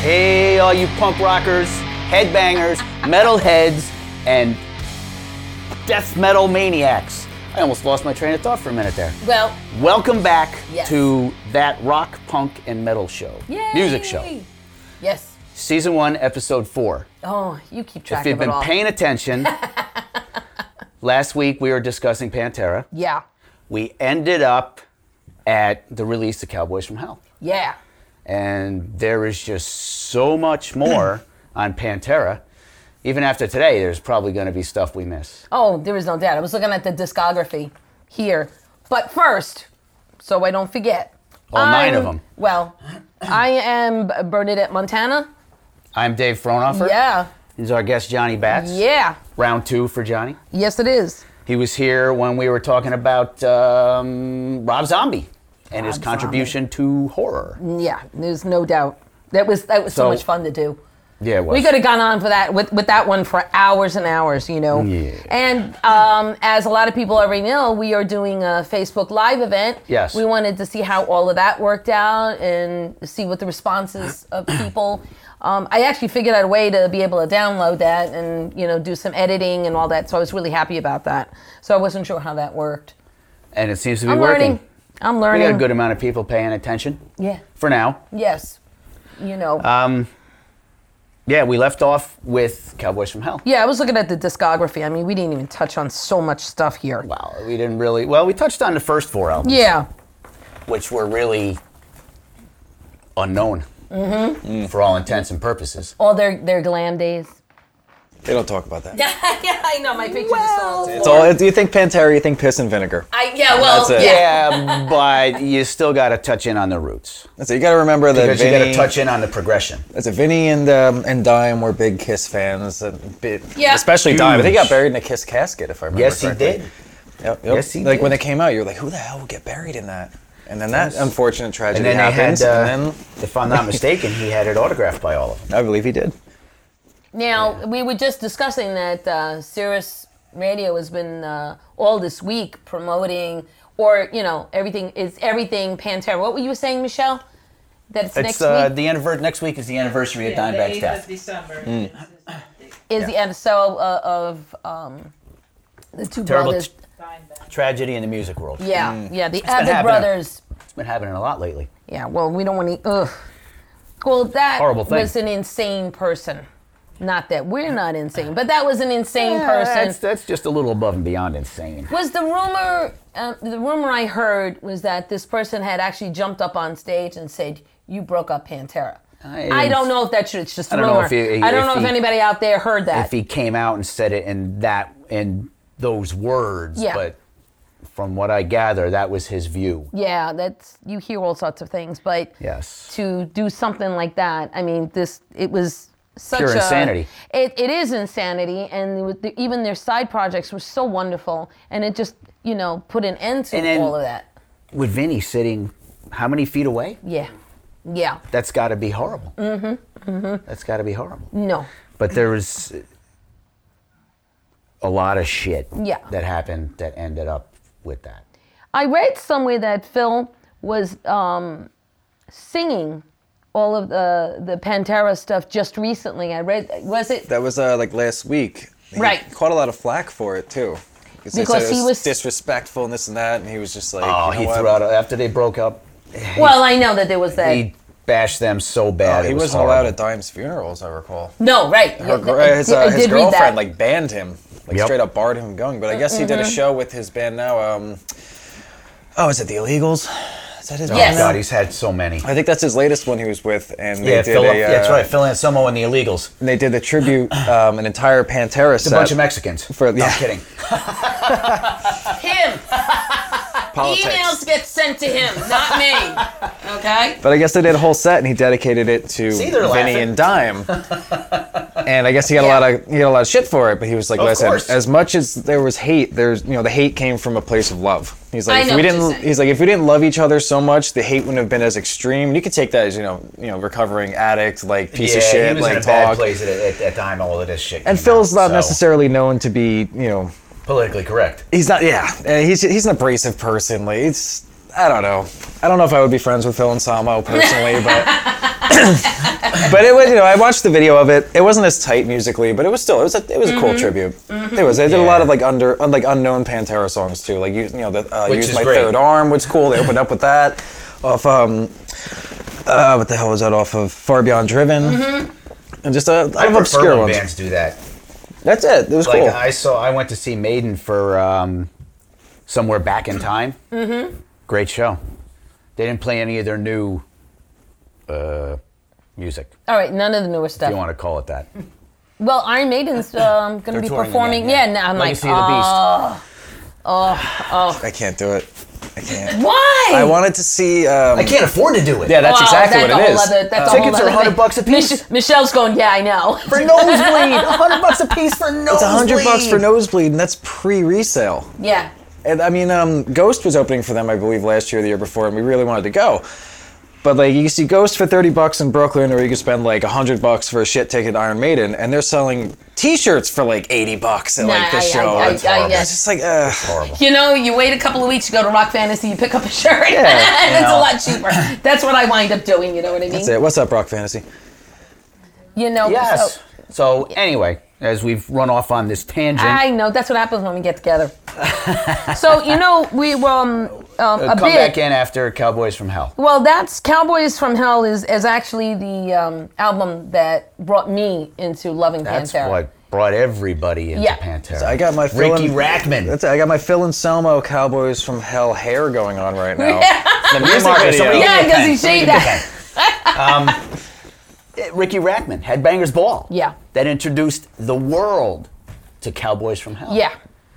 Hey, all you punk rockers, headbangers, metalheads, and death metal maniacs. I almost lost my train of thought for a minute there. Well, Welcome back Yes. to that rock, punk, and metal show. yay! Music show. Yes. Season one, episode four. Oh, you keep track If you've of it been all. paying attention, last week we were discussing Pantera. yeah. We ended up at the release of Cowboys from Hell. Yeah. and there is just so much more on Pantera. Even after today, there's probably going to be stuff we miss. Oh, there is no doubt. I was looking at the discography here. But first, so I don't forget. All nine of I'm- them. Well, I am Bernadette Montana. I'm Dave Fraunhofer. Yeah. He's our guest, Johnny Batts. Yeah. Round two for Johnny. Yes, it is. He was here when we were talking about um, Rob Zombie and his Rob Mm. contribution to horror. Yeah. There's no doubt. That was that was so, So- much fun to do. Yeah, it was. We could have gone on for that with, with that one for hours and hours, you know. Yeah. And um, as a lot of people already know, we are doing a Facebook Live event. Yes. We wanted to see how all of that worked out and see what the responses of people. Um, I actually figured out a way to be able to download that and you know do some editing and all that, so I was really happy about that. So I wasn't sure how that worked. and it seems to be I'm working. learning. I'm We learning. got a good amount of people paying attention Yeah. for now. Yes. You know. Uh, Yeah, we left off with Cowboys from Hell. yeah, I was looking at the discography. I mean, we didn't even touch on so much stuff here. Wow, we didn't really. Well, we touched on the first four albums. Yeah. which were really unknown for all intents and purposes. all their their glam days. They don't talk about that. yeah, I know my picture well, It's all. You think Pantera, you think piss and vinegar. I yeah, well, That's it. yeah. Yeah, but you still got to touch in on the roots That's it. You got to remember that because you got to Vinny. touch in on the progression. That's it. Vinny and um, and Dime were big Kiss fans. And bit, Yeah. Especially Dime. I think he got Huge. buried in a Kiss casket, if I remember Yes, he correctly. did. Yep, yep. Yes, he Like when did. they came out, you were like, who the hell would get buried in that? And then that unfortunate And tragedy then they happens. had, uh, and if I'm not mistaken, he had it autographed by all of them. then I believe he did. Now we were just discussing that uh, Sirius Radio has been uh, all this week promoting, or you know, everything is everything Pantera. What were you saying, Michelle? That it's, next It's uh, week the anniver- next week is the anniversary of Yeah, Dimebag's the 8th of death. December. It's is the episode uh, of um, the two Terrible brothers. t- Dimebag. tragedy in the music world. yeah, yeah, the been Abbott happening. brothers. It's been happening a lot lately. Yeah, well, we don't want to. Ugh. Well, that Horrible thing. was an insane person. Not that we're not insane, but that was an insane person. That's, that's just a little above and beyond insane. Was the rumor? Um, the rumor I heard was that this person had actually jumped up on stage and said, "You broke up Pantera." I- I, don't know if that's true. It's just a I don't know rumor. if he- I don't if know if he- anybody out there heard that. If he came out and said it in that in those words, Yeah. but from what I gather, that was his view. yeah, that's you hear all sorts of things, but Yes. to do something like that. I mean, this it was such Pure a, insanity. It, it is insanity, and with the, even their side projects were so wonderful, and it just you know put an end to And then- all of that. With Vinny sitting how many feet away? Yeah, yeah, That's got to be horrible. Mm-hmm. mm-hmm. That's got to be horrible. no, But there was a lot of shit Yeah. that happened that ended up with that. I read somewhere that Phil was um, singing all of the the Pantera stuff just recently. I read was it That was uh, like last week. He Right. Caught a lot of flack for it too. Because they Because said it he was, was- disrespectful and this and that, and he was just like, Oh, you know he what? threw out after they broke up. well, I know that there was that. He bashed them so bad. Oh, He it was wasn't allowed horrible. at Dime's funeral, as I recall. no, right. Her, Yeah, gr- I his did- uh, I his did read that. girlfriend like banned him, like Yep. straight up barred him from going. But I guess he did a show with his band now. Um, oh, is it the Illegals? Is that his Oh, Yes. band? God, he's had so many. I think that's his latest one he was with, and they Yeah, did Phil, a, uh, that's right. Phil Anselmo and the Illegals. And they did the tribute, um, an entire Pantera It's a set. bunch of Mexicans. For- no, yeah. I'm kidding. him. Emails get sent to him, not me. Okay. But I guess they did a whole set, and he dedicated it to See, they're Vinny laughing. and Dime. and I guess he got Yeah. a lot of he got a lot of shit for it. But he was like, Of "Listen, course. as much as there was hate, there's you know the hate came from a place of love." He's I like, know "If we what you're didn't," saying. he's like, "If we didn't love each other so much, the hate wouldn't have been as extreme." And you could take that as you know, you know, recovering addict, like piece of He shit, was like in a bad talk. place at, at that time. All of this shit. And came Phil's out, not so necessarily known to be, you know, politically correct. he's not. Yeah, uh, he's he's an abrasive person. Like it's, I don't know. I don't know if I would be friends with Phil and Samo personally, but but it was, you know, I watched the video of it. It wasn't as tight musically, but it was still, it was a, it was a cool tribute. It was. They did a lot of like under, like unknown Pantera songs too. Like you, you know, the, uh, Which use is my great. third arm was cool. They opened up with that. Off, um, uh, what the hell was that? Off of Far Beyond Driven. And just a lot I of prefer obscure when ones. bands do that. That's it. It was Like cool. I So I went to see Maiden for um, somewhere back in time. Mm-hmm. Great show. They didn't play any of their new uh, music, All right, none of the newer if stuff. you want to call it that. Well, Iron Maiden's um, going to be touring again, performing. yeah. yeah, now I'm Legacy like, of the Beast. uh, oh, I can't do it. I can't. why? I wanted to see. Um, I can't afford to do it. Yeah, that's Oh, exactly that's what a it whole is. Other, that's a whole Tickets are other 100 thing. bucks a piece. Mich- Michelle's going, yeah, I know. for nosebleed. hundred bucks a piece for nosebleed. it's a hundred bucks for nosebleed, and that's pre-resale. yeah. And I mean, um, Ghost was opening for them, I believe, last year or the year before, and we really wanted to go. But like, you can see Ghost for thirty bucks in Brooklyn, or you can spend like hundred bucks for a shit ticket to Iron Maiden, and they're selling T-shirts for like eighty bucks at like Nah, this I- show. I- it's, I- I- horrible. yeah. It's just like, uh, You know, you wait a couple of weeks, you go to Rock Fantasy, you pick up a shirt. Yeah, you That's know. a lot cheaper. That's what I wind up doing, you know what I mean? that's it. What's up, Rock Fantasy? You know, Yes. so- Oh. So anyway, as we've run off on this Ah, tangent, I know. That's what happens when we get together. so you know, we um, um uh, a come bit. back in after Cowboys from Hell. Well, that's Cowboys from Hell is is actually the um, album that brought me into loving That's Pantera. what brought everybody into Yeah. Pantera. I got my fill Ricky in- Rackman. That's it. I got my Phil Anselmo Cowboys from Hell hair going on right now. The music Marcus, video. somebody- yeah, because he Thanks. shaved that. Um, Eh, Ricky Rackman, Headbangers Ball. Yeah. That introduced the world to Cowboys from Hell. Yeah,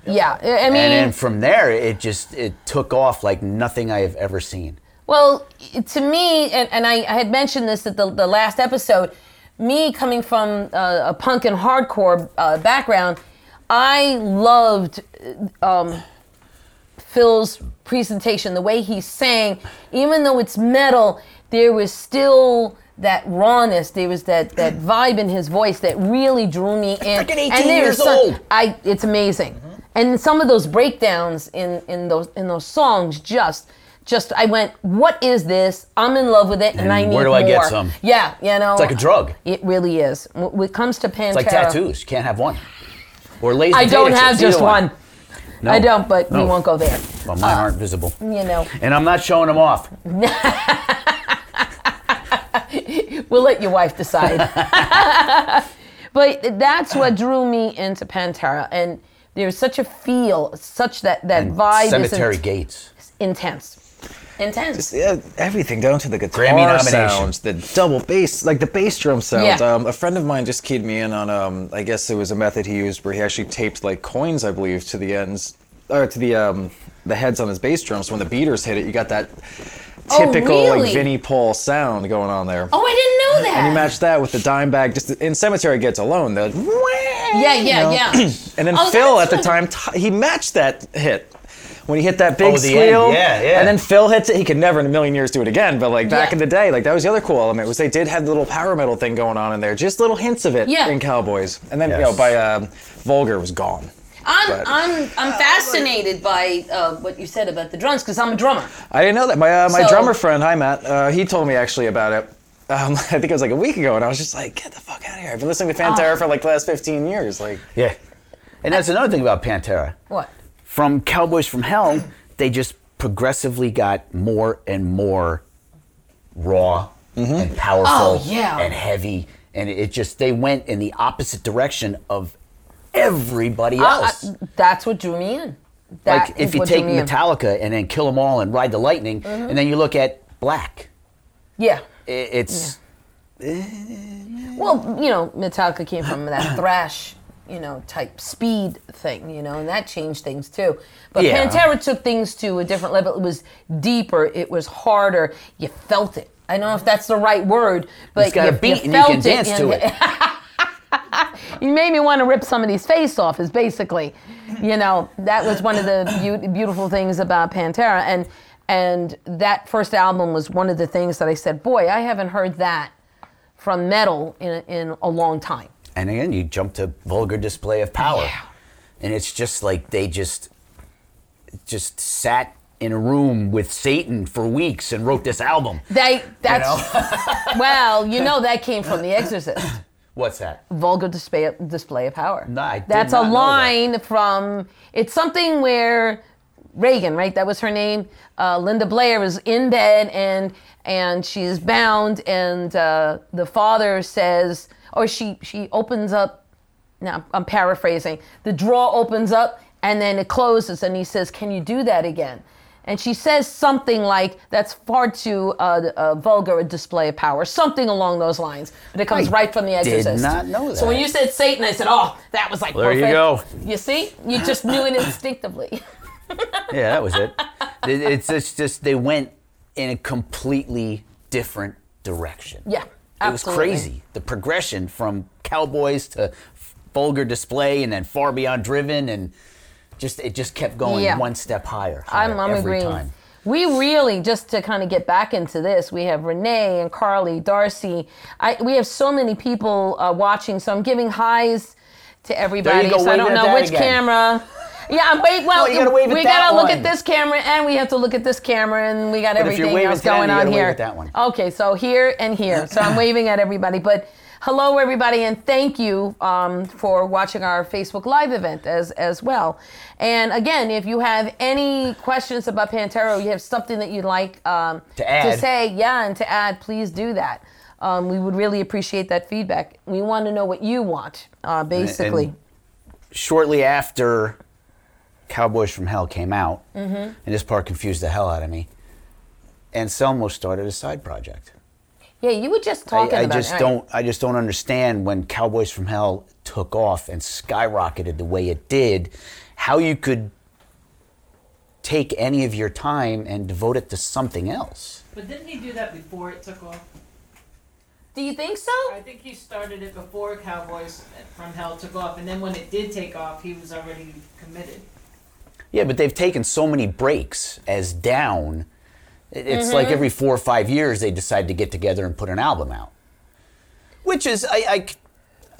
yeah. I I mean, And then from there, it just it took off like nothing I have ever seen. Well, to me, and, and I, I had mentioned this at the, the last episode, me coming from uh, a punk and hardcore uh, background, I loved uh, um, Phil's presentation, the way he sang. Even though it's metal, there was still that rawness, there was that, that vibe in his voice that really drew me in. Freaking 18 and there years was some- old. I it's amazing. And some of those breakdowns in in those in those songs just just I went, what is this? I'm in love with it, and, And I need where do I get more." some? Yeah, you know, It's like a drug. It really is. When when it comes to Pantera, It's like tattoos. You can't have one. Or laser I don't have just one. No. I don't, but uh, No. we won't go there. Well, mine aren't visible. You know, And I'm not showing them off. we'll let your wife decide. but that's what drew me into Pantera, and there's such a feel, such that that vibe Cemetery is in- Gates. intense, intense. Yeah, everything down to the guitar Grammy nomination. sounds, the double bass, like the bass drum sounds. Yeah. Um, a friend of mine just keyed me in on, um, I guess it was a method he used where he actually taped like coins, I believe, to the ends or to the um, the heads on his bass drums. when the beaters hit it, you got that typical Oh, really? like Vinnie Paul sound going on there. Oh, I didn't know that. And you match that with the dime bag, just in Cemetery Gets Alone, the Yeah, yeah, you know? yeah. And then Oh, Phil at that's the what- time, t- he matched that hit. When he hit that big Oh, the end, squeal, yeah, yeah. and then Phil hits it. He could never in a million years do it again. But like back Yeah. in the day, like that was the other cool element was they did have the little power metal thing going on in there, just little hints of it Yeah. in Cowboys. And then you know Yes. by um, Vulgar was gone. I'm, But- I'm, I'm fascinated by uh, what you said about the drums because I'm a drummer. I didn't know that. My uh, my So- drummer friend, hi Matt, uh, he told me actually about it. Um, I think it was like a week ago, and I was just like, get the fuck out of here. I've been listening to Oh. Pantera for like the last 15 years. Like, Yeah. And that's another thing about Pantera. What? From Cowboys from Hell, they just progressively got more and more raw and powerful Oh, yeah. and heavy. And it just, they went in the opposite direction of everybody else. I- I- that's what drew me in. Uh, That like is if you what take drew me in. Metallica and then Kill 'Em All and Ride the Lightning, and then you look at Black, yeah. i- it's Well, you know, Metallica came from that thrash, you know, type speed thing, you know, and that changed things too. But Yeah. Pantera took things to a different level. It was deeper. It was harder. You felt it. I don't know if that's the right word, but it's got you, a beat and you felt can dance and- to it. You made me want to rip somebody's face off. Is basically, you know, that was one of the beau- beautiful things about Pantera, and and that first album was one of the things that I said, boy, I haven't heard that from metal in in a long time. and again, you jump to vulgar display of power, and it's just like they just just sat in a room with Satan for weeks and wrote this album. They, that's, well, you know that came from The Exorcist. What's that? vulgar display, display of power. No, I did That's not a know that. line from it's something where Reagan, right? That was her name. Uh, Linda Blair is in bed and and she is bound, and uh, the father says, or she she opens up. Now I'm paraphrasing. The drawer opens up and then it closes, and he says, "Can you do that again?" And she says something like, "That's far too uh, uh, vulgar a display of power," something along those lines. But it comes I right from the did Exorcist. not know So when that. you said Satan, I said, "Oh, that was like There you perfect." You see, you just knew it instinctively. Yeah, that was it. It- It's just, just they went in a completely different direction. Yeah, It was absolutely. crazy. The progression from cowboys to vulgar display and then far beyond driven and just it just kept going Yeah. one step higher. higher I'm, I'm every agreeing. time. We really just to kind of get back into this. We have Renee and Carly, Darcy. I, we have so many people uh, watching, so I'm giving highs to everybody. go, so I waving don't at know that which again. camera. Yeah, I'm wait. Well, No, you gotta wave at we that gotta look one. at this camera, and we have to look at this camera, and we got if you're everything waving else to that, going you on gotta wave here. at that one. Okay, so here and here. So I'm waving at everybody. But hello, everybody, and thank you um, for watching our Facebook Live event as as well. And again, if you have any questions about Pantero, you have something that you'd like um, To add. say, yeah, and to add, please do that. Um, we would really appreciate that feedback. We want to know what you want, uh, basically. shortly after Cowboys from Hell came out, Mm-hmm. and this part confused the hell out of me, Anselmo started a side project. yeah, you were just I, talking I about just it. right? don't I just don't understand when Cowboys from Hell took off and skyrocketed the way it did, how you could take any of your time and devote it to something else. But didn't he do that before it took off? Do you think so? I think he started it before Cowboys from Hell took off, and then when it did take off, he was already committed. Yeah, but they've taken so many breaks as down. It- It's like Mm-hmm. every four or five years they decide to get together and put an album out, which is I. I c-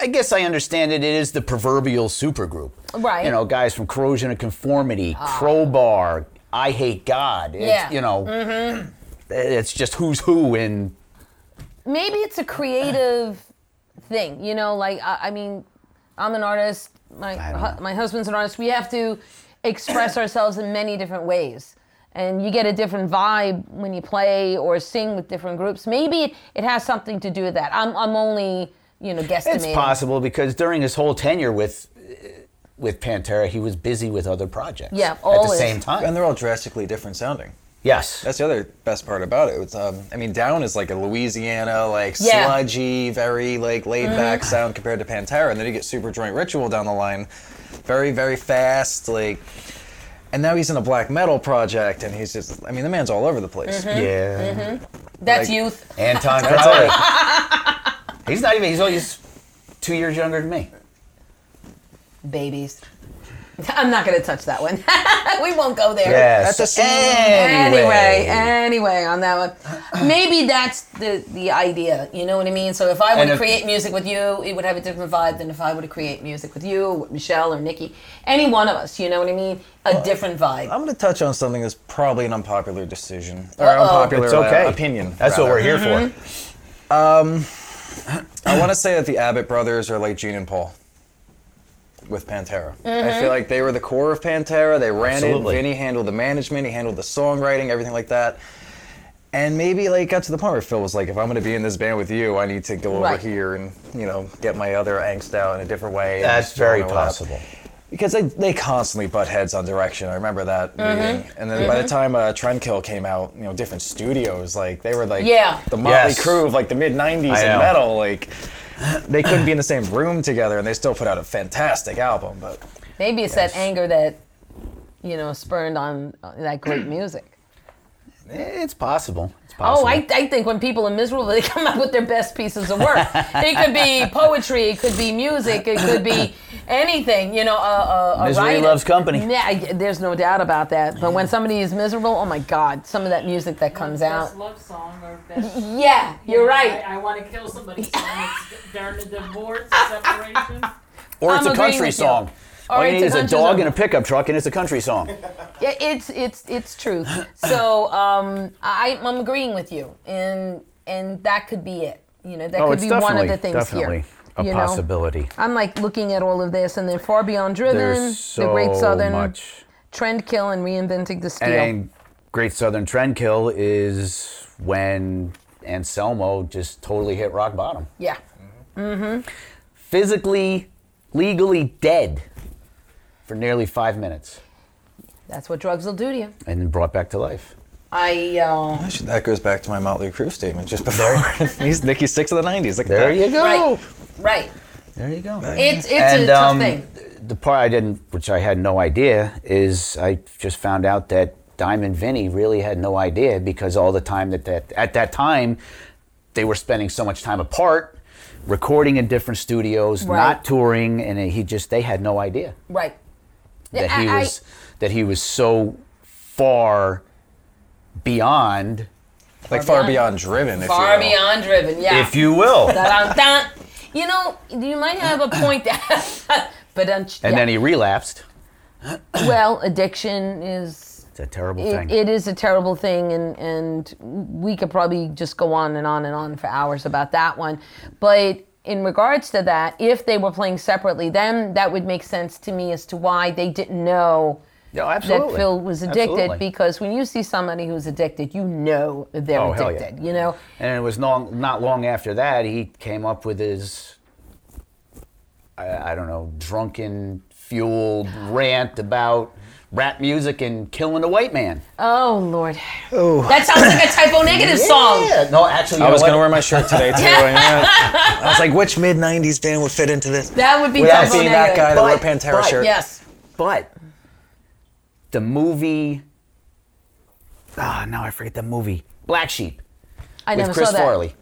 I guess I understand it. It is the proverbial supergroup, Right. Ah. You know, guys from Corrosion of Conformity, Crowbar, I Hate God. It's, Yeah. Mm-hmm. You know, it's just who's who in maybe it's a creative thing you know like i, I mean i'm an artist my, I don't hu- know. my husband's an artist we have to express ourselves in many different ways and you get a different vibe when you play or sing with different groups maybe it, it has something to do with that i'm, I'm only you know guesstimating It's possible because during his whole tenure with with Pantera, he was busy with other projects. Yeah, at the always. same time. And they're all drastically different sounding. yes, That's the other best part about it. It's, um, I mean, Down is like a Louisiana, like Yeah. Mm-hmm. sludgy, very like laid back sound compared to Pantera, and then you get Super Joint Ritual down the line, very very fast, like. And now he's in a black metal project, and he's just—I mean, the man's all over the place. Mm-hmm. yeah. that's like- youth Anton That's Crowley. it. He's not even. He's only he's two years younger than me. babies i'm not going to touch that one we won't go there Yes. At the Anyway, anyway, on that one, maybe that's the the idea. You know what I mean? So if I were And to if- create music with you, it would have a different vibe than if I were to create music with you, with Michelle or Nikki, any one of us. You know what I mean? A different vibe. I'm going to touch on something that's probably an unpopular decision or Uh-oh. unpopular it's uh, okay. opinion. That's what rather. we're here for. I want to say that the Abbott brothers are like Gene and Paul with Pantera. I feel like they were the core of Pantera. They ran Absolutely. it. Vinny handled the management. He handled the songwriting, everything like that. And maybe like got to the point where Phil was like, if I'm going to be in this band with you, I need to go Right. over here and you know get my other angst out in a different way. and That's just throw very it all out." possible. Because they, they constantly butt heads on direction. I remember that meeting. And then by the time uh, Trendkill came out, you know, different studios like they were like Yeah. the Motley Yes. Crew of like the mid '90s I in know. metal. Like they couldn't be in the same room together, and they still put out a fantastic album. But Maybe it's that anger that you know spurned on uh, that great music. It's possible. It's possible. Oh, I, I think when people are miserable, they come up with their best pieces of work. it could be poetry, it could be music, it could be anything. You know, a, a, a Misery writer. loves company. Yeah, I- there's no doubt about that. But when somebody is miserable, oh my God, some of that music that comes Best out. love song or best. Yeah, you're you know, right. I, I want to kill somebody. song. It's during the divorce, the separation. or it's I'm a agreeing country with you. song. All you right, need is to a Guns N' dog Roses. and a pickup truck, and it's a country song. Yeah, it's it's it's truth. So um, I, I'm agreeing with you, and and that could be it. You know, that Oh, could it's be one of definitely- the things definitely here. a you know? Mm-hmm. possibility. I'm like looking at all of this, and then far beyond driven, There's so the Great Southern, much. Trend Kill, and reinventing the steel. And Great Southern Trendkill is when Anselmo just totally hit rock bottom. yeah, Physically, legally dead for nearly five minutes that's what drugs will do to you. and then brought back to life. I uh, Actually, that goes back to my Motley Crue statement just before. He's Nicky Six of the '90s. Look at There that. you go. right, right. There you go. It's it's and a tough um, thing. the part I didn't, which I had no idea, is I just found out that Diamond Vinny really had no idea because all the time that that at that time they were spending so much time apart, recording in different studios, Right. not touring, and he just they had no idea Right. that he I- I- was that he was so far beyond, Like far beyond. beyond driven. If Far you will. beyond driven. Yeah. uh, if you will. Da-dum-dum. You know, you might have a point there. but um, And then he relapsed. well, addiction is It's a terrible it, thing. it is a terrible thing, and and we could probably just go on and on and on for hours about that one. But in regards to that, if they were playing separately, then that would make sense to me as to why they didn't know. No, absolutely. That Phil was addicted Absolutely. because when you see somebody who's addicted, you know that they're Oh, hell yeah. addicted. You know, And it was long, not long after that he came up with his, I, I don't know, drunken, fueled rant about rap music and killing the white man. Oh Lord. Oh. That sounds like a typo negative song. Yeah, no, actually, you I know was what? gonna wear my shirt today too. and, uh, I was like, which mid '90s band would fit into this? That would be Without typo being negative. that guy that wore a But- Pantera but- shirt. Yes. But the movie, ah, now I forget the movie, Black Sheep I with never Chris saw that. Farley.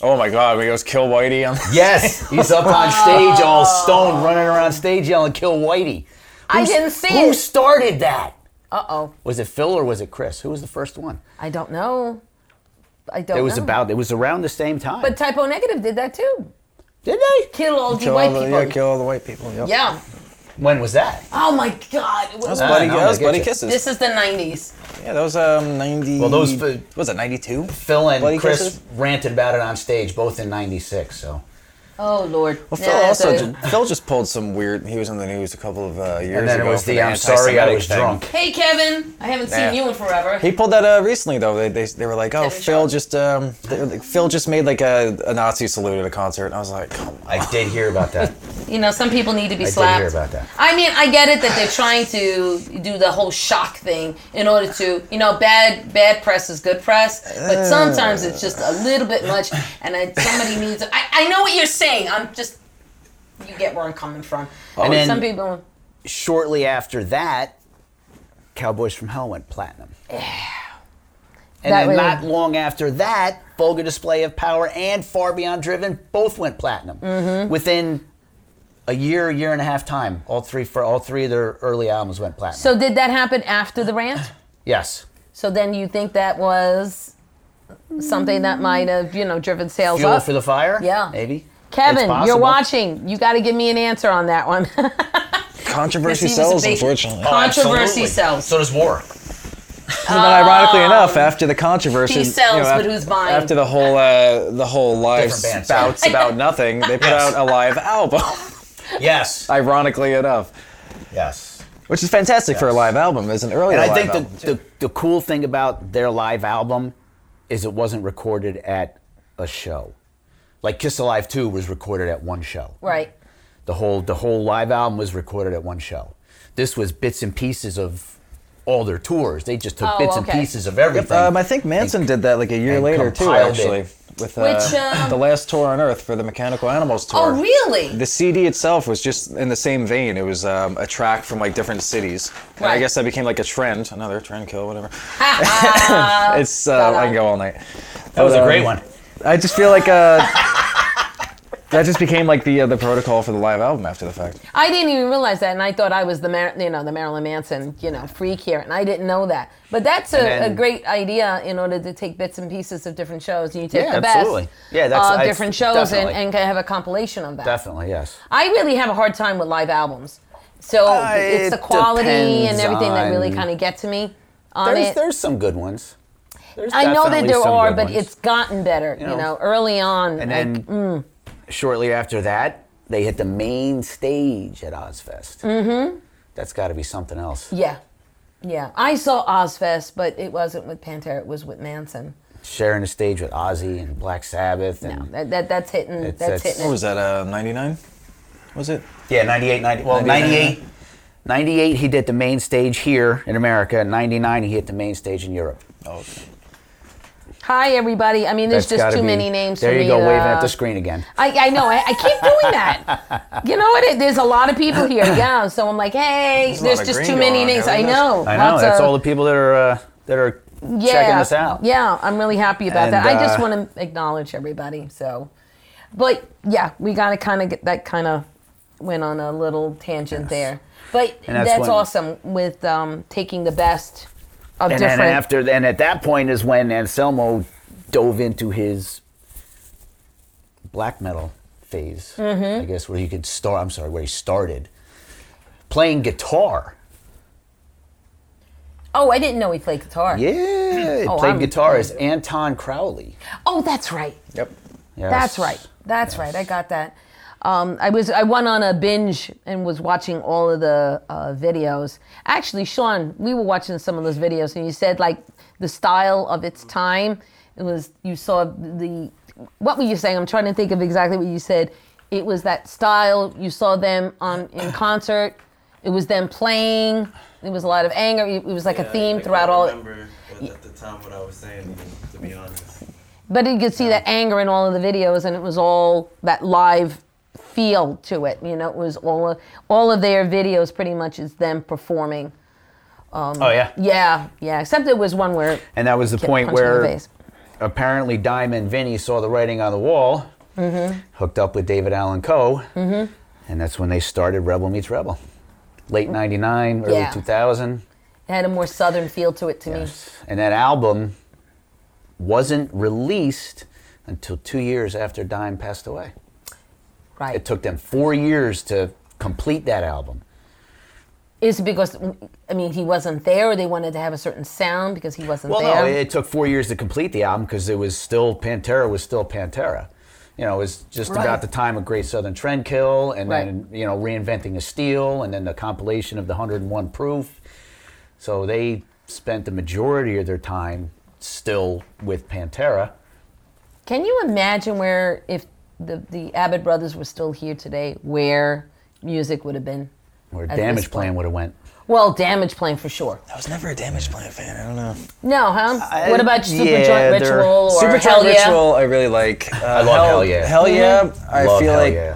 Oh my God, we goes Kill Whitey on. Yes, he's up on stage all stoned, running around stage yelling "Kill Whitey." I Who's- didn't see Who it. started that? Uh oh. Was it Phil or was it Chris? Who was the first one? I don't know. I don't It was know. about. It was around the same time. But typo negative did that too. did they? Kill all the Kill white all the, people. yeah, kill all the white people. Yep. Yeah. When was that? Oh my God. It was- That was Bloody, Ah, I'm that was gonna bloody get you. Kisses. this is the '90s. yeah, that was um 90. Well, those fi- what was it 92? Phil and Bloody Chris Kisses? ranted about it on stage, both in '96. So, Oh Lord. Well, Yeah, Phil that's also a- ju- Phil just pulled some weird. He was in the news a couple of uh, years and then it ago. was for the "I'm sorry, I anti-Semitic was thing. drunk." Hey Kevin, I haven't seen Yeah. you in forever. He pulled that uh, recently though. They, they, they were like, oh, Kevin Phil Short. just um they were like, Phil just made like a, a Nazi salute at a concert, and I was like, come on. I did hear about that. you know, some people need to be I did slapped. hear about that. I mean, I get it that they're trying to do the whole shock thing in order to, you know, bad bad press is good press, Uh. but sometimes it's just a little bit much, and I, somebody needs. I, I know what you're saying. I'm just, you get where I'm coming from. And then- some people, Shortly after that, Cowboys from Hell went platinum. And That then really- not long after that, Vulgar Display of Power and Far Beyond Driven both went platinum Mm-hmm. within a year, year and a half time. All three for all three of their early albums went platinum. so did that happen after the rant? yes, So then you think that was something that might have, you know, driven sales fuel up? for the fire. Yeah. maybe. It's Kevin, you're possible. watching. You got to give me an answer on that one. Controversy Yes, he was a sells, big- unfortunately. Oh, absolutely. Controversy sells. So does war. but ironically enough, after the controversy, he sells, af- but who's buying? After the whole uh, the whole live Different bands, spouts about nothing, they put out a live album. Yes. ironically enough, yes. which is fantastic for a live album. As an earlier And I live think album. the, the the cool thing about their live album is it wasn't recorded at a show. Like Kiss Alive 2 was recorded at one show. right. The whole the whole live album was recorded at one show. This was bits and pieces of all their tours. They just took Oh, bits okay. and pieces of everything. Um, I think Manson did that like a year and later too, compiled actually, it. with uh, Which, um, the last tour on Earth for the Mechanical Animals tour. Oh, really? The CD itself was just in the same vein. It was um, a track from like different cities. And I Right. guess that became like a trend, another trend kill, whatever. it's uh, I can go all night. that was But, a great um, one. I just feel like uh, that just became like the uh, the protocol for the live album after the fact. I didn't even realize that, and I thought I was the Mar- you know the Marilyn Manson you know freak here, and I didn't know that. But that's a, And then- a great idea in order to take bits and pieces of different shows, and you take Yeah, the best absolutely. Yeah, that's- of I- different shows and, definitely. and can have a compilation of that. Definitely, yes. I really have a hard time with live albums So Uh, it's the it quality and depends everything that really on- kind of get to me on There's, it. there's some good ones. There's I know that definitely there some are, good but ones. it's gotten better. You know, know. early on, and I- then mm. shortly after that, they hit the main stage at Ozfest. Mm-hmm. That's got to be something else. yeah, yeah. I saw Ozfest, but it wasn't with Pantera. It was with Manson. Sharing the stage with Ozzy and Black Sabbath and No, that, that that's hitting. Mm. It's- that's, it's- hitting. What it. was that? Uh, 99? Was it? yeah, 98, 90, well, 98, 98. 98 he did the main stage here in America, and 99 he hit the main stage in Europe. Oh, okay. Hi everybody. I mean, there's That's just gotta too be- many names. There for you me go, to, waving at uh, the screen again. I, I know. I, I keep doing that. you know what? It, there's a lot of people here. Yeah. So I'm like, hey, a there's, lot of just green too going many on names. here, I isn't it? know. I know Lots that's of- all the people that are uh, that are checking us out. Yeah, I'm really happy about And, that. I just uh, want to acknowledge everybody. So, but yeah, we got to kind of get that kind of went on a little tangent there. But And that's that's, when- awesome with um, taking the best of and different. then after and at that point is when Anselmo dove into his black metal phase Mm-hmm. I guess where he could start I'm sorry where he started playing guitar oh, I didn't know he played guitar. yeah he Oh, played I'm- guitar as Anton Crowley Oh, that's right. Yep. Yes. That's right. That's right. I got that. Um, I was I went on a binge and was watching all of the uh, videos. Actually, Sean, we were watching some of those videos, and you said like the style of its time. It was you saw the what were you saying? I'm trying to think of exactly what you said. It was that style. You saw them on in concert. It was them playing. It was a lot of anger. It it was like Yeah, a I- theme I throughout can't all. remember what- at the time what I was saying, to be honest. But you could see that anger in all of the videos, and it was all that live feel to it. You know, it was all of, all of their videos pretty much is them performing. oh yeah Yeah, yeah. Except there was one where and that was the point punch me in the where face. apparently Diamond Vinny saw the writing on the wall Mm-hmm. hooked up with David Allen Coe and that's when they started Rebel Meets Rebel late 99 early Mm-hmm. Yeah. 2000 it had a more southern feel to it to me. And that album wasn't released until two years after Dime passed away. Right. It took them four years to complete that album. is it because I mean he wasn't there, or they wanted to have a certain sound because he wasn't Well, there? no, it took four years to complete the album because it was still Pantera was still Pantera. You know, it was just Right. about the time of Great Southern Trendkill, and Right. then you know reinventing a steel, and then the compilation of the 101 Proof. So they spent the majority of their time still with Pantera. Can you imagine where if the the Abbott brothers were still here today, where music would have been? Where this Damage Plan point. would have went. Well, Damage Plan for sure. I was never a Damage Plan fan. I don't know. No, huh? I- what about Super yeah, Joint they're- Ritual or Super Hell Yeah? Mm-hmm. Ritual, I really like. Uh, I love Hell Yeah. Hell yeah. I Love feel Hell like Yeah.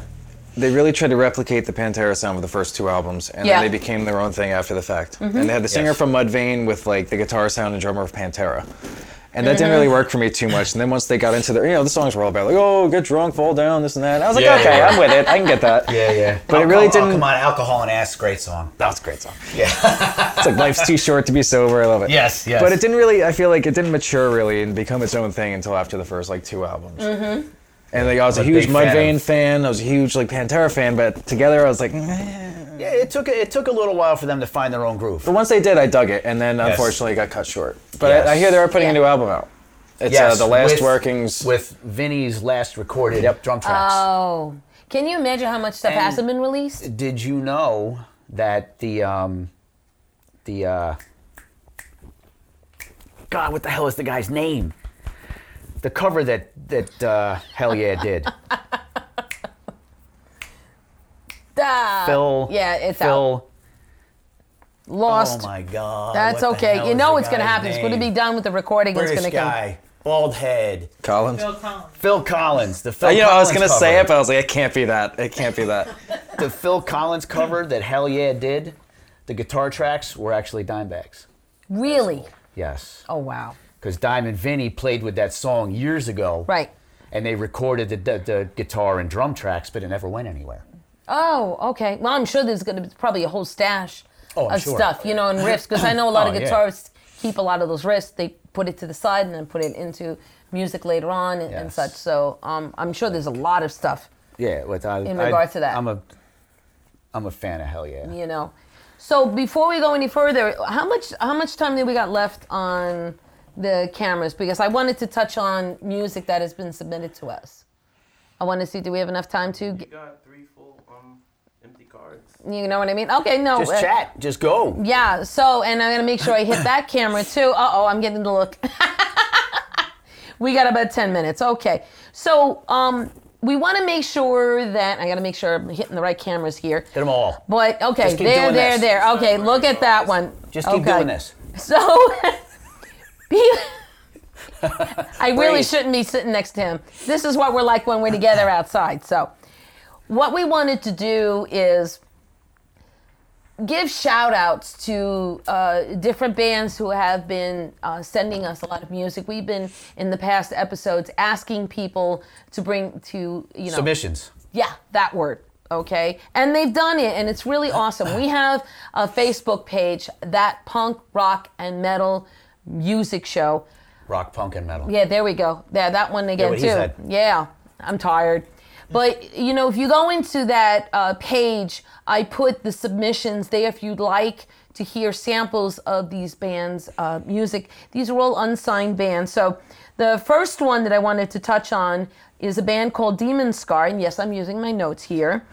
they really tried to replicate the Pantera sound with the first two albums, and Yeah. Mm-hmm. then they became their own thing after the fact. And they had the singer Yes. from Mudvayne with like the guitar sound and drummer of Pantera. And that didn't Mm-hmm. really work for me too much. And then once they got into the, you know, the songs were all about like, oh, get drunk, fall down, this and that. And I was like, Yeah, okay, yeah. I'm with it. I can get that. Yeah, yeah. But it really Alcohol- didn't- Oh, come on, alcohol and ass, great song. That was a great song. Yeah. it's like life's too short to be sober. I love it. Yes, yes. But it didn't really. I feel like it didn't mature really and become its own thing until after the first like two albums. Mm-hmm. And like I was a I'm a huge big fan Mudvayne fan, of- I was a huge like Pantera fan, but together I was like. "Meh." Yeah, it took it took a little while for them to find their own groove. But once they did, I dug it, and then Yes. unfortunately it got cut short. But Yes. I, I hear they are putting a Yeah. new album out. It's uh, the last workings. with Vinny's last recorded drum tracks. Oh. Can you imagine how much stuff And- hasn't been released? Did you know that the um, the uh, God, what the hell is the guy's name? The cover that that uh, Hell Yeah did. Duh. Phil. Yeah, it's out. Phil. Lost. Oh my God. That's what the hell okay. You is know the it's going to guy's happen. It's going to name? be done with the recording. British it's going to come. guy, bald head. Oh, Collins. Uh, Bill Collins. Phil Collins, the Phil you know, I was Collins gonna cover, say it, but I was like, it can't be that. It can't be that. the Phil Collins cover that Hell Yeah did, the guitar tracks were actually Dimebags. Really? Yes, Oh, wow. because Dime and Vinny played with that song years ago. Right. And they recorded the, the, the guitar and drum tracks, but it never went anywhere. Oh, okay. Well, I'm sure there's going to be probably a whole stash Oh, I'm of sure. stuff, you know, and riffs. Because I know a lot of Oh, yeah. guitarists keep a lot of those riffs. They put it to the side and then put it into music later on and, and Yes. such. So um, I'm sure there's a lot of stuff. Yeah, with, I, In regard to that. I'm a I'm a fan of Hell Yeah. you know. So before we go any further, how much how much time do we got left on the cameras? Because I wanted to touch on music that has been submitted to us. I want to see do we have enough time to You get, got three full um empty cards. you know what I mean? Okay, no. Just uh, chat. Just go. Yeah. So and I'm gonna make sure I hit that camera too. Uh oh, I'm getting the look. we got about ten minutes. Okay. So um. We want to make sure that I got to make sure I'm hitting the right cameras here. Hit them all. But okay, Just keep there, doing there, this. there. Okay, look at that one. Just keep Okay. doing this. So, be- I really Breathe. shouldn't be sitting next to him. This is what we're like when we're together outside. So, what we wanted to do is give shout outs to uh, different bands who have been uh, sending us a lot of music. We've been in the past episodes asking people to bring to, you know, Submissions. yeah, that word. Okay. And they've done it, and it's really awesome. We have a Facebook page, That Punk, Rock, and Metal Music Show. Rock, punk, and metal. Yeah, there we go. Yeah, that one again, what too. he said. Yeah, I'm tired. But, you know, if you go into that uh, page, I put the submissions there if you'd like to hear samples of these bands' uh, music. These are all unsigned bands. So the first one that I wanted to touch on is a band called Demon Scar. And yes, I'm using my notes here.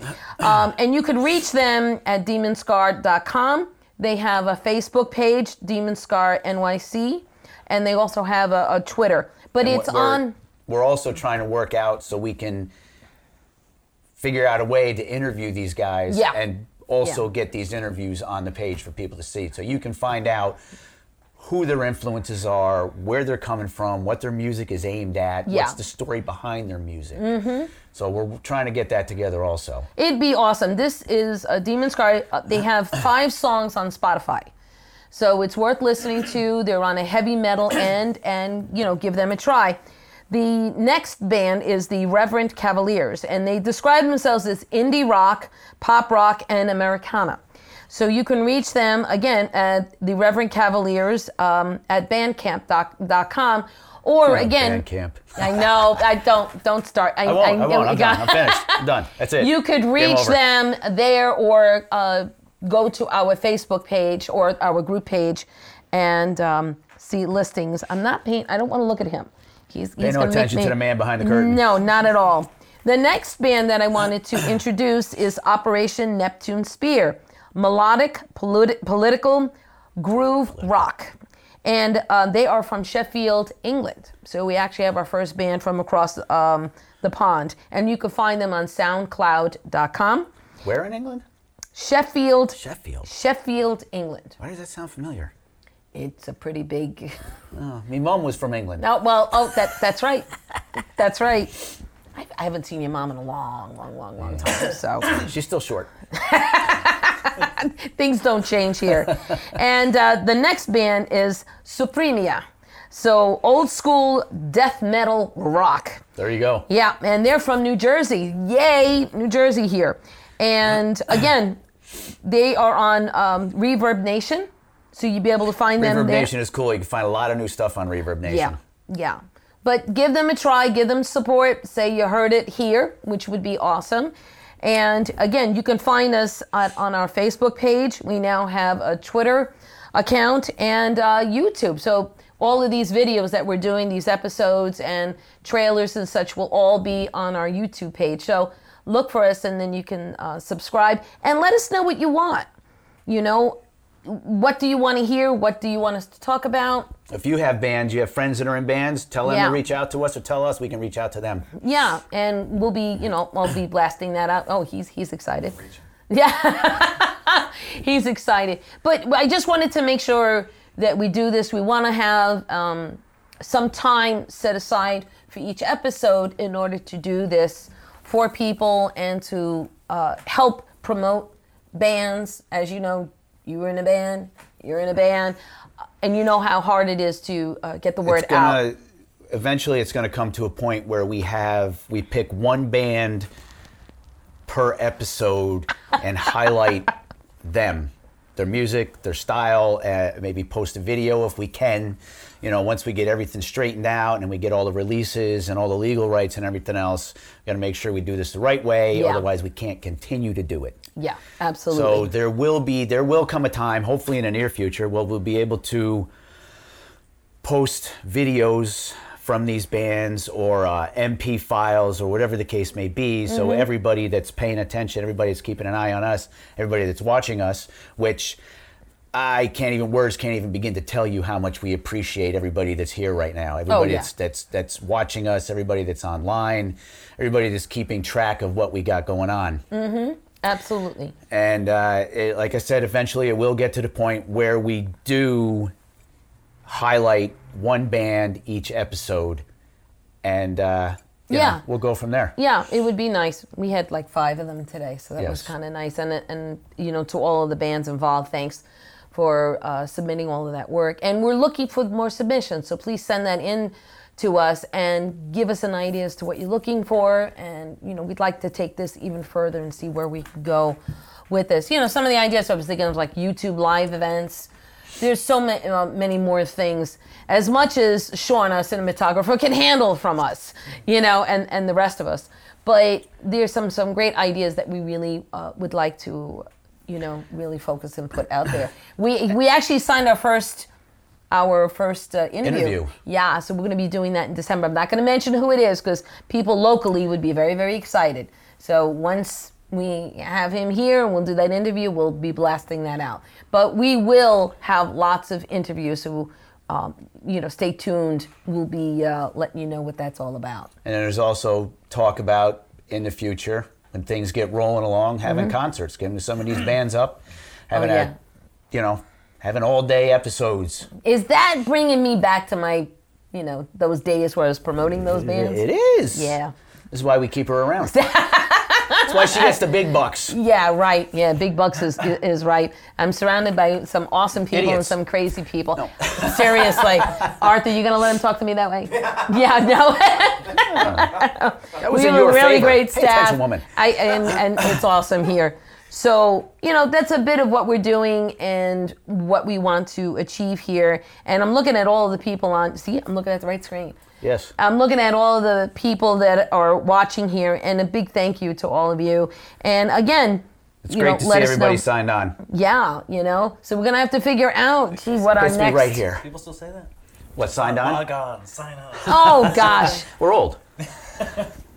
Um, and you could reach them at demonscar.com. They have a Facebook page, Demon Scar NYC, and they also have a, a Twitter. But And it's we're- on. We're also trying to work out so we can figure out a way to interview these guys Yeah. and also Yeah. get these interviews on the page for people to see. So you can find out who their influences are, where they're coming from, what their music is aimed at, Yeah. Mm-hmm. what's the story behind their music. So we're trying to get that together also. It'd be awesome. This is a Demon Scar. uh, They have five songs on Spotify. So it's worth listening to. They're on a heavy metal end, and you know, give them a try. The next band is the Reverend Cavaliers, and they describe themselves as indie rock, pop rock, and Americana. So you can reach them again at the Reverend Cavaliers um, at bandcamp.com, or again, Bandcamp. I know I don't don't start. I won't. I, know won't. you I'm got- done. I'm finished. I'm done. That's it. you could Game reach over. them there or uh, go to our Facebook page or our group page and um, see listings. I'm not paying, I don't want to look at him. He's, Pay he's no gonna make attention to me- the man behind the curtain. No, not at all. The next band that I wanted to introduce is Operation Neptune Spear, melodic, politi- political, groove rock. And uh, they are from Sheffield, England. So we actually have our first band from across um, the pond. And you can find them on SoundCloud.com. Where in England? Sheffield, Sheffield. Sheffield, England. Why does that sound familiar? It's a pretty big. My mom was from England. Oh well, oh that that's right, that's right. I, I haven't seen your mom in a long, long, long, long time, so She's still short. things don't change here. And uh, the next band is Supremia, so old school death metal rock. There you go. Yeah, and they're from New Jersey. Yay, New Jersey here. And again, they are on um, Reverb Nation, so you'd be able to find them Reverb there. Nation is cool. You can find a lot of new stuff on Reverb Nation. Yeah, yeah. But give them a try, give them support. Say you heard it here, which would be awesome. And again, you can find us at, on our Facebook page. We now have a Twitter account and uh, YouTube. So all of these videos that we're doing, these episodes and trailers and such, will all be on our YouTube page. So look for us, and then you can uh, subscribe and let us know what you want. You know, what do you want to hear? What do you want us to talk about? If you have bands, you have friends that are in bands, tell them Yeah. to reach out to us or tell us we can reach out to them. Yeah, and we'll be, you know, I'll be blasting that out. Oh, he's he's excited. Yeah, he's excited. But I just wanted to make sure that we do this. We want to have um, some time set aside for each episode in order to do this for people and to uh, help promote bands. As you know, you were in a band. You're in a band. And you know how hard it is to uh, get the word it's gonna, out. Eventually, it's going to come to a point where we have we pick one band per episode and highlight them their music, their style, uh, maybe post a video if we can. You know, once we get everything straightened out and we get all the releases and all the legal rights and everything else, we got to make sure we do this the right way. Yeah. Otherwise, we can't continue to do it. Yeah, So absolutely. there will be there will come a time, hopefully in the near future, where we'll be able to post videos from these bands or uh, MP files or whatever the case may be. So Mm-hmm. everybody that's paying attention, everybody that's keeping an eye on us, everybody that's watching us, which I can't even words can't even begin to tell you how much we appreciate everybody that's here right now. Everybody Oh, yeah. that's that's that's watching us, everybody that's online, everybody that's keeping track of what we got going on. absolutely. And uh, it, like I said, eventually it will get to the point where we do highlight one band each episode, and uh, you Yeah. know, we'll go from there. Yeah, it would be nice. We had like five of them today, so that was Yes. kind of nice. And and you know, to all of the bands involved, thanks for uh, submitting all of that work. And we're looking for more submissions, so please send that in to us and give us an idea as to what you're looking for. And you know, we'd like to take this even further and see where we could go with this. You know, some of the ideas I was thinking of like YouTube live events. There's so many, uh, many more things. As much as Sean, our cinematographer, can handle from us, you know, and, and the rest of us. But there's some some great ideas that we really uh, would like to, you know, really focus and put out there. We we actually signed our first our first uh, interview. Interview. Yeah, so we're going to be doing that in December. I'm not going to mention who it is because people locally would be very, very excited. So once we have him here and we'll do that interview, we'll be blasting that out. But we will have lots of interviews, so um, you know, stay tuned. We'll be uh, letting you know what that's all about. And there's also talk about in the future when things get rolling along, having concerts, giving some of these bands up, having Mm-hmm. Oh, yeah. a, you know, having all day episodes. Is that bringing me back to my, you know, those days where I was promoting those bands? It is. Yeah. This is why we keep her around. That's why she gets the big bucks. Yeah, right. Yeah, Big Bucks is, is right. I'm surrounded by some awesome people and Idiots. some crazy people. Seriously. Arthur, you going to let him talk to me that way? Yeah, no. That was we in have a your really favor. great Pay attention, staff. woman. I, and, and it's awesome here. So, you know, that's a bit of what we're doing and what we want to achieve here. And I'm looking at all of the people on, see, I'm looking at the right screen. Yes. I'm looking at all of the people that are watching here, and a big thank you to all of you. And again, it's you great know, to let see us everybody know. signed on. Yeah, you know. So we're gonna have to figure out gee, what our It's me next. right here. People still say that? Uh, What signed on? Log on, sign up. Oh gosh. We're old.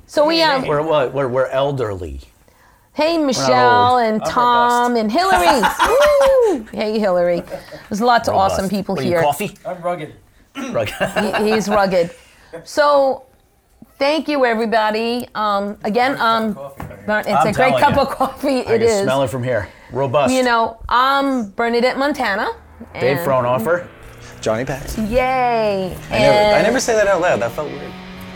So we have We're well, we're, we're elderly. hey Michelle old. and Tom and Hillary. Woo! Hey Hillary. There's lots of awesome Robust. people What are you, here. coffee. I'm rugged. Rug- He- He's rugged. So thank you everybody. Um, again, um, Coffee. Bern- it's I'm a great telling cup you. of coffee. I It can is. smell it from here. Robust. You know, I'm Bernadette Montana. Dave and- Fronhofer. Johnny Pax. I Yay! never, I and- never say that out loud. That felt weird.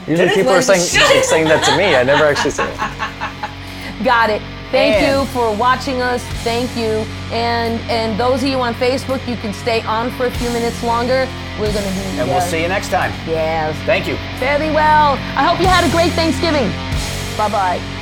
Usually people are Like, saying, saying that to me. I never actually say it. Got it. Thank And- you for watching us. Thank you. And and those of you on Facebook, you can stay on for a few minutes longer. We're gonna be And we'll see you next time. Yes. Thank you. Fairly well. I hope you had a great Thanksgiving. Bye bye.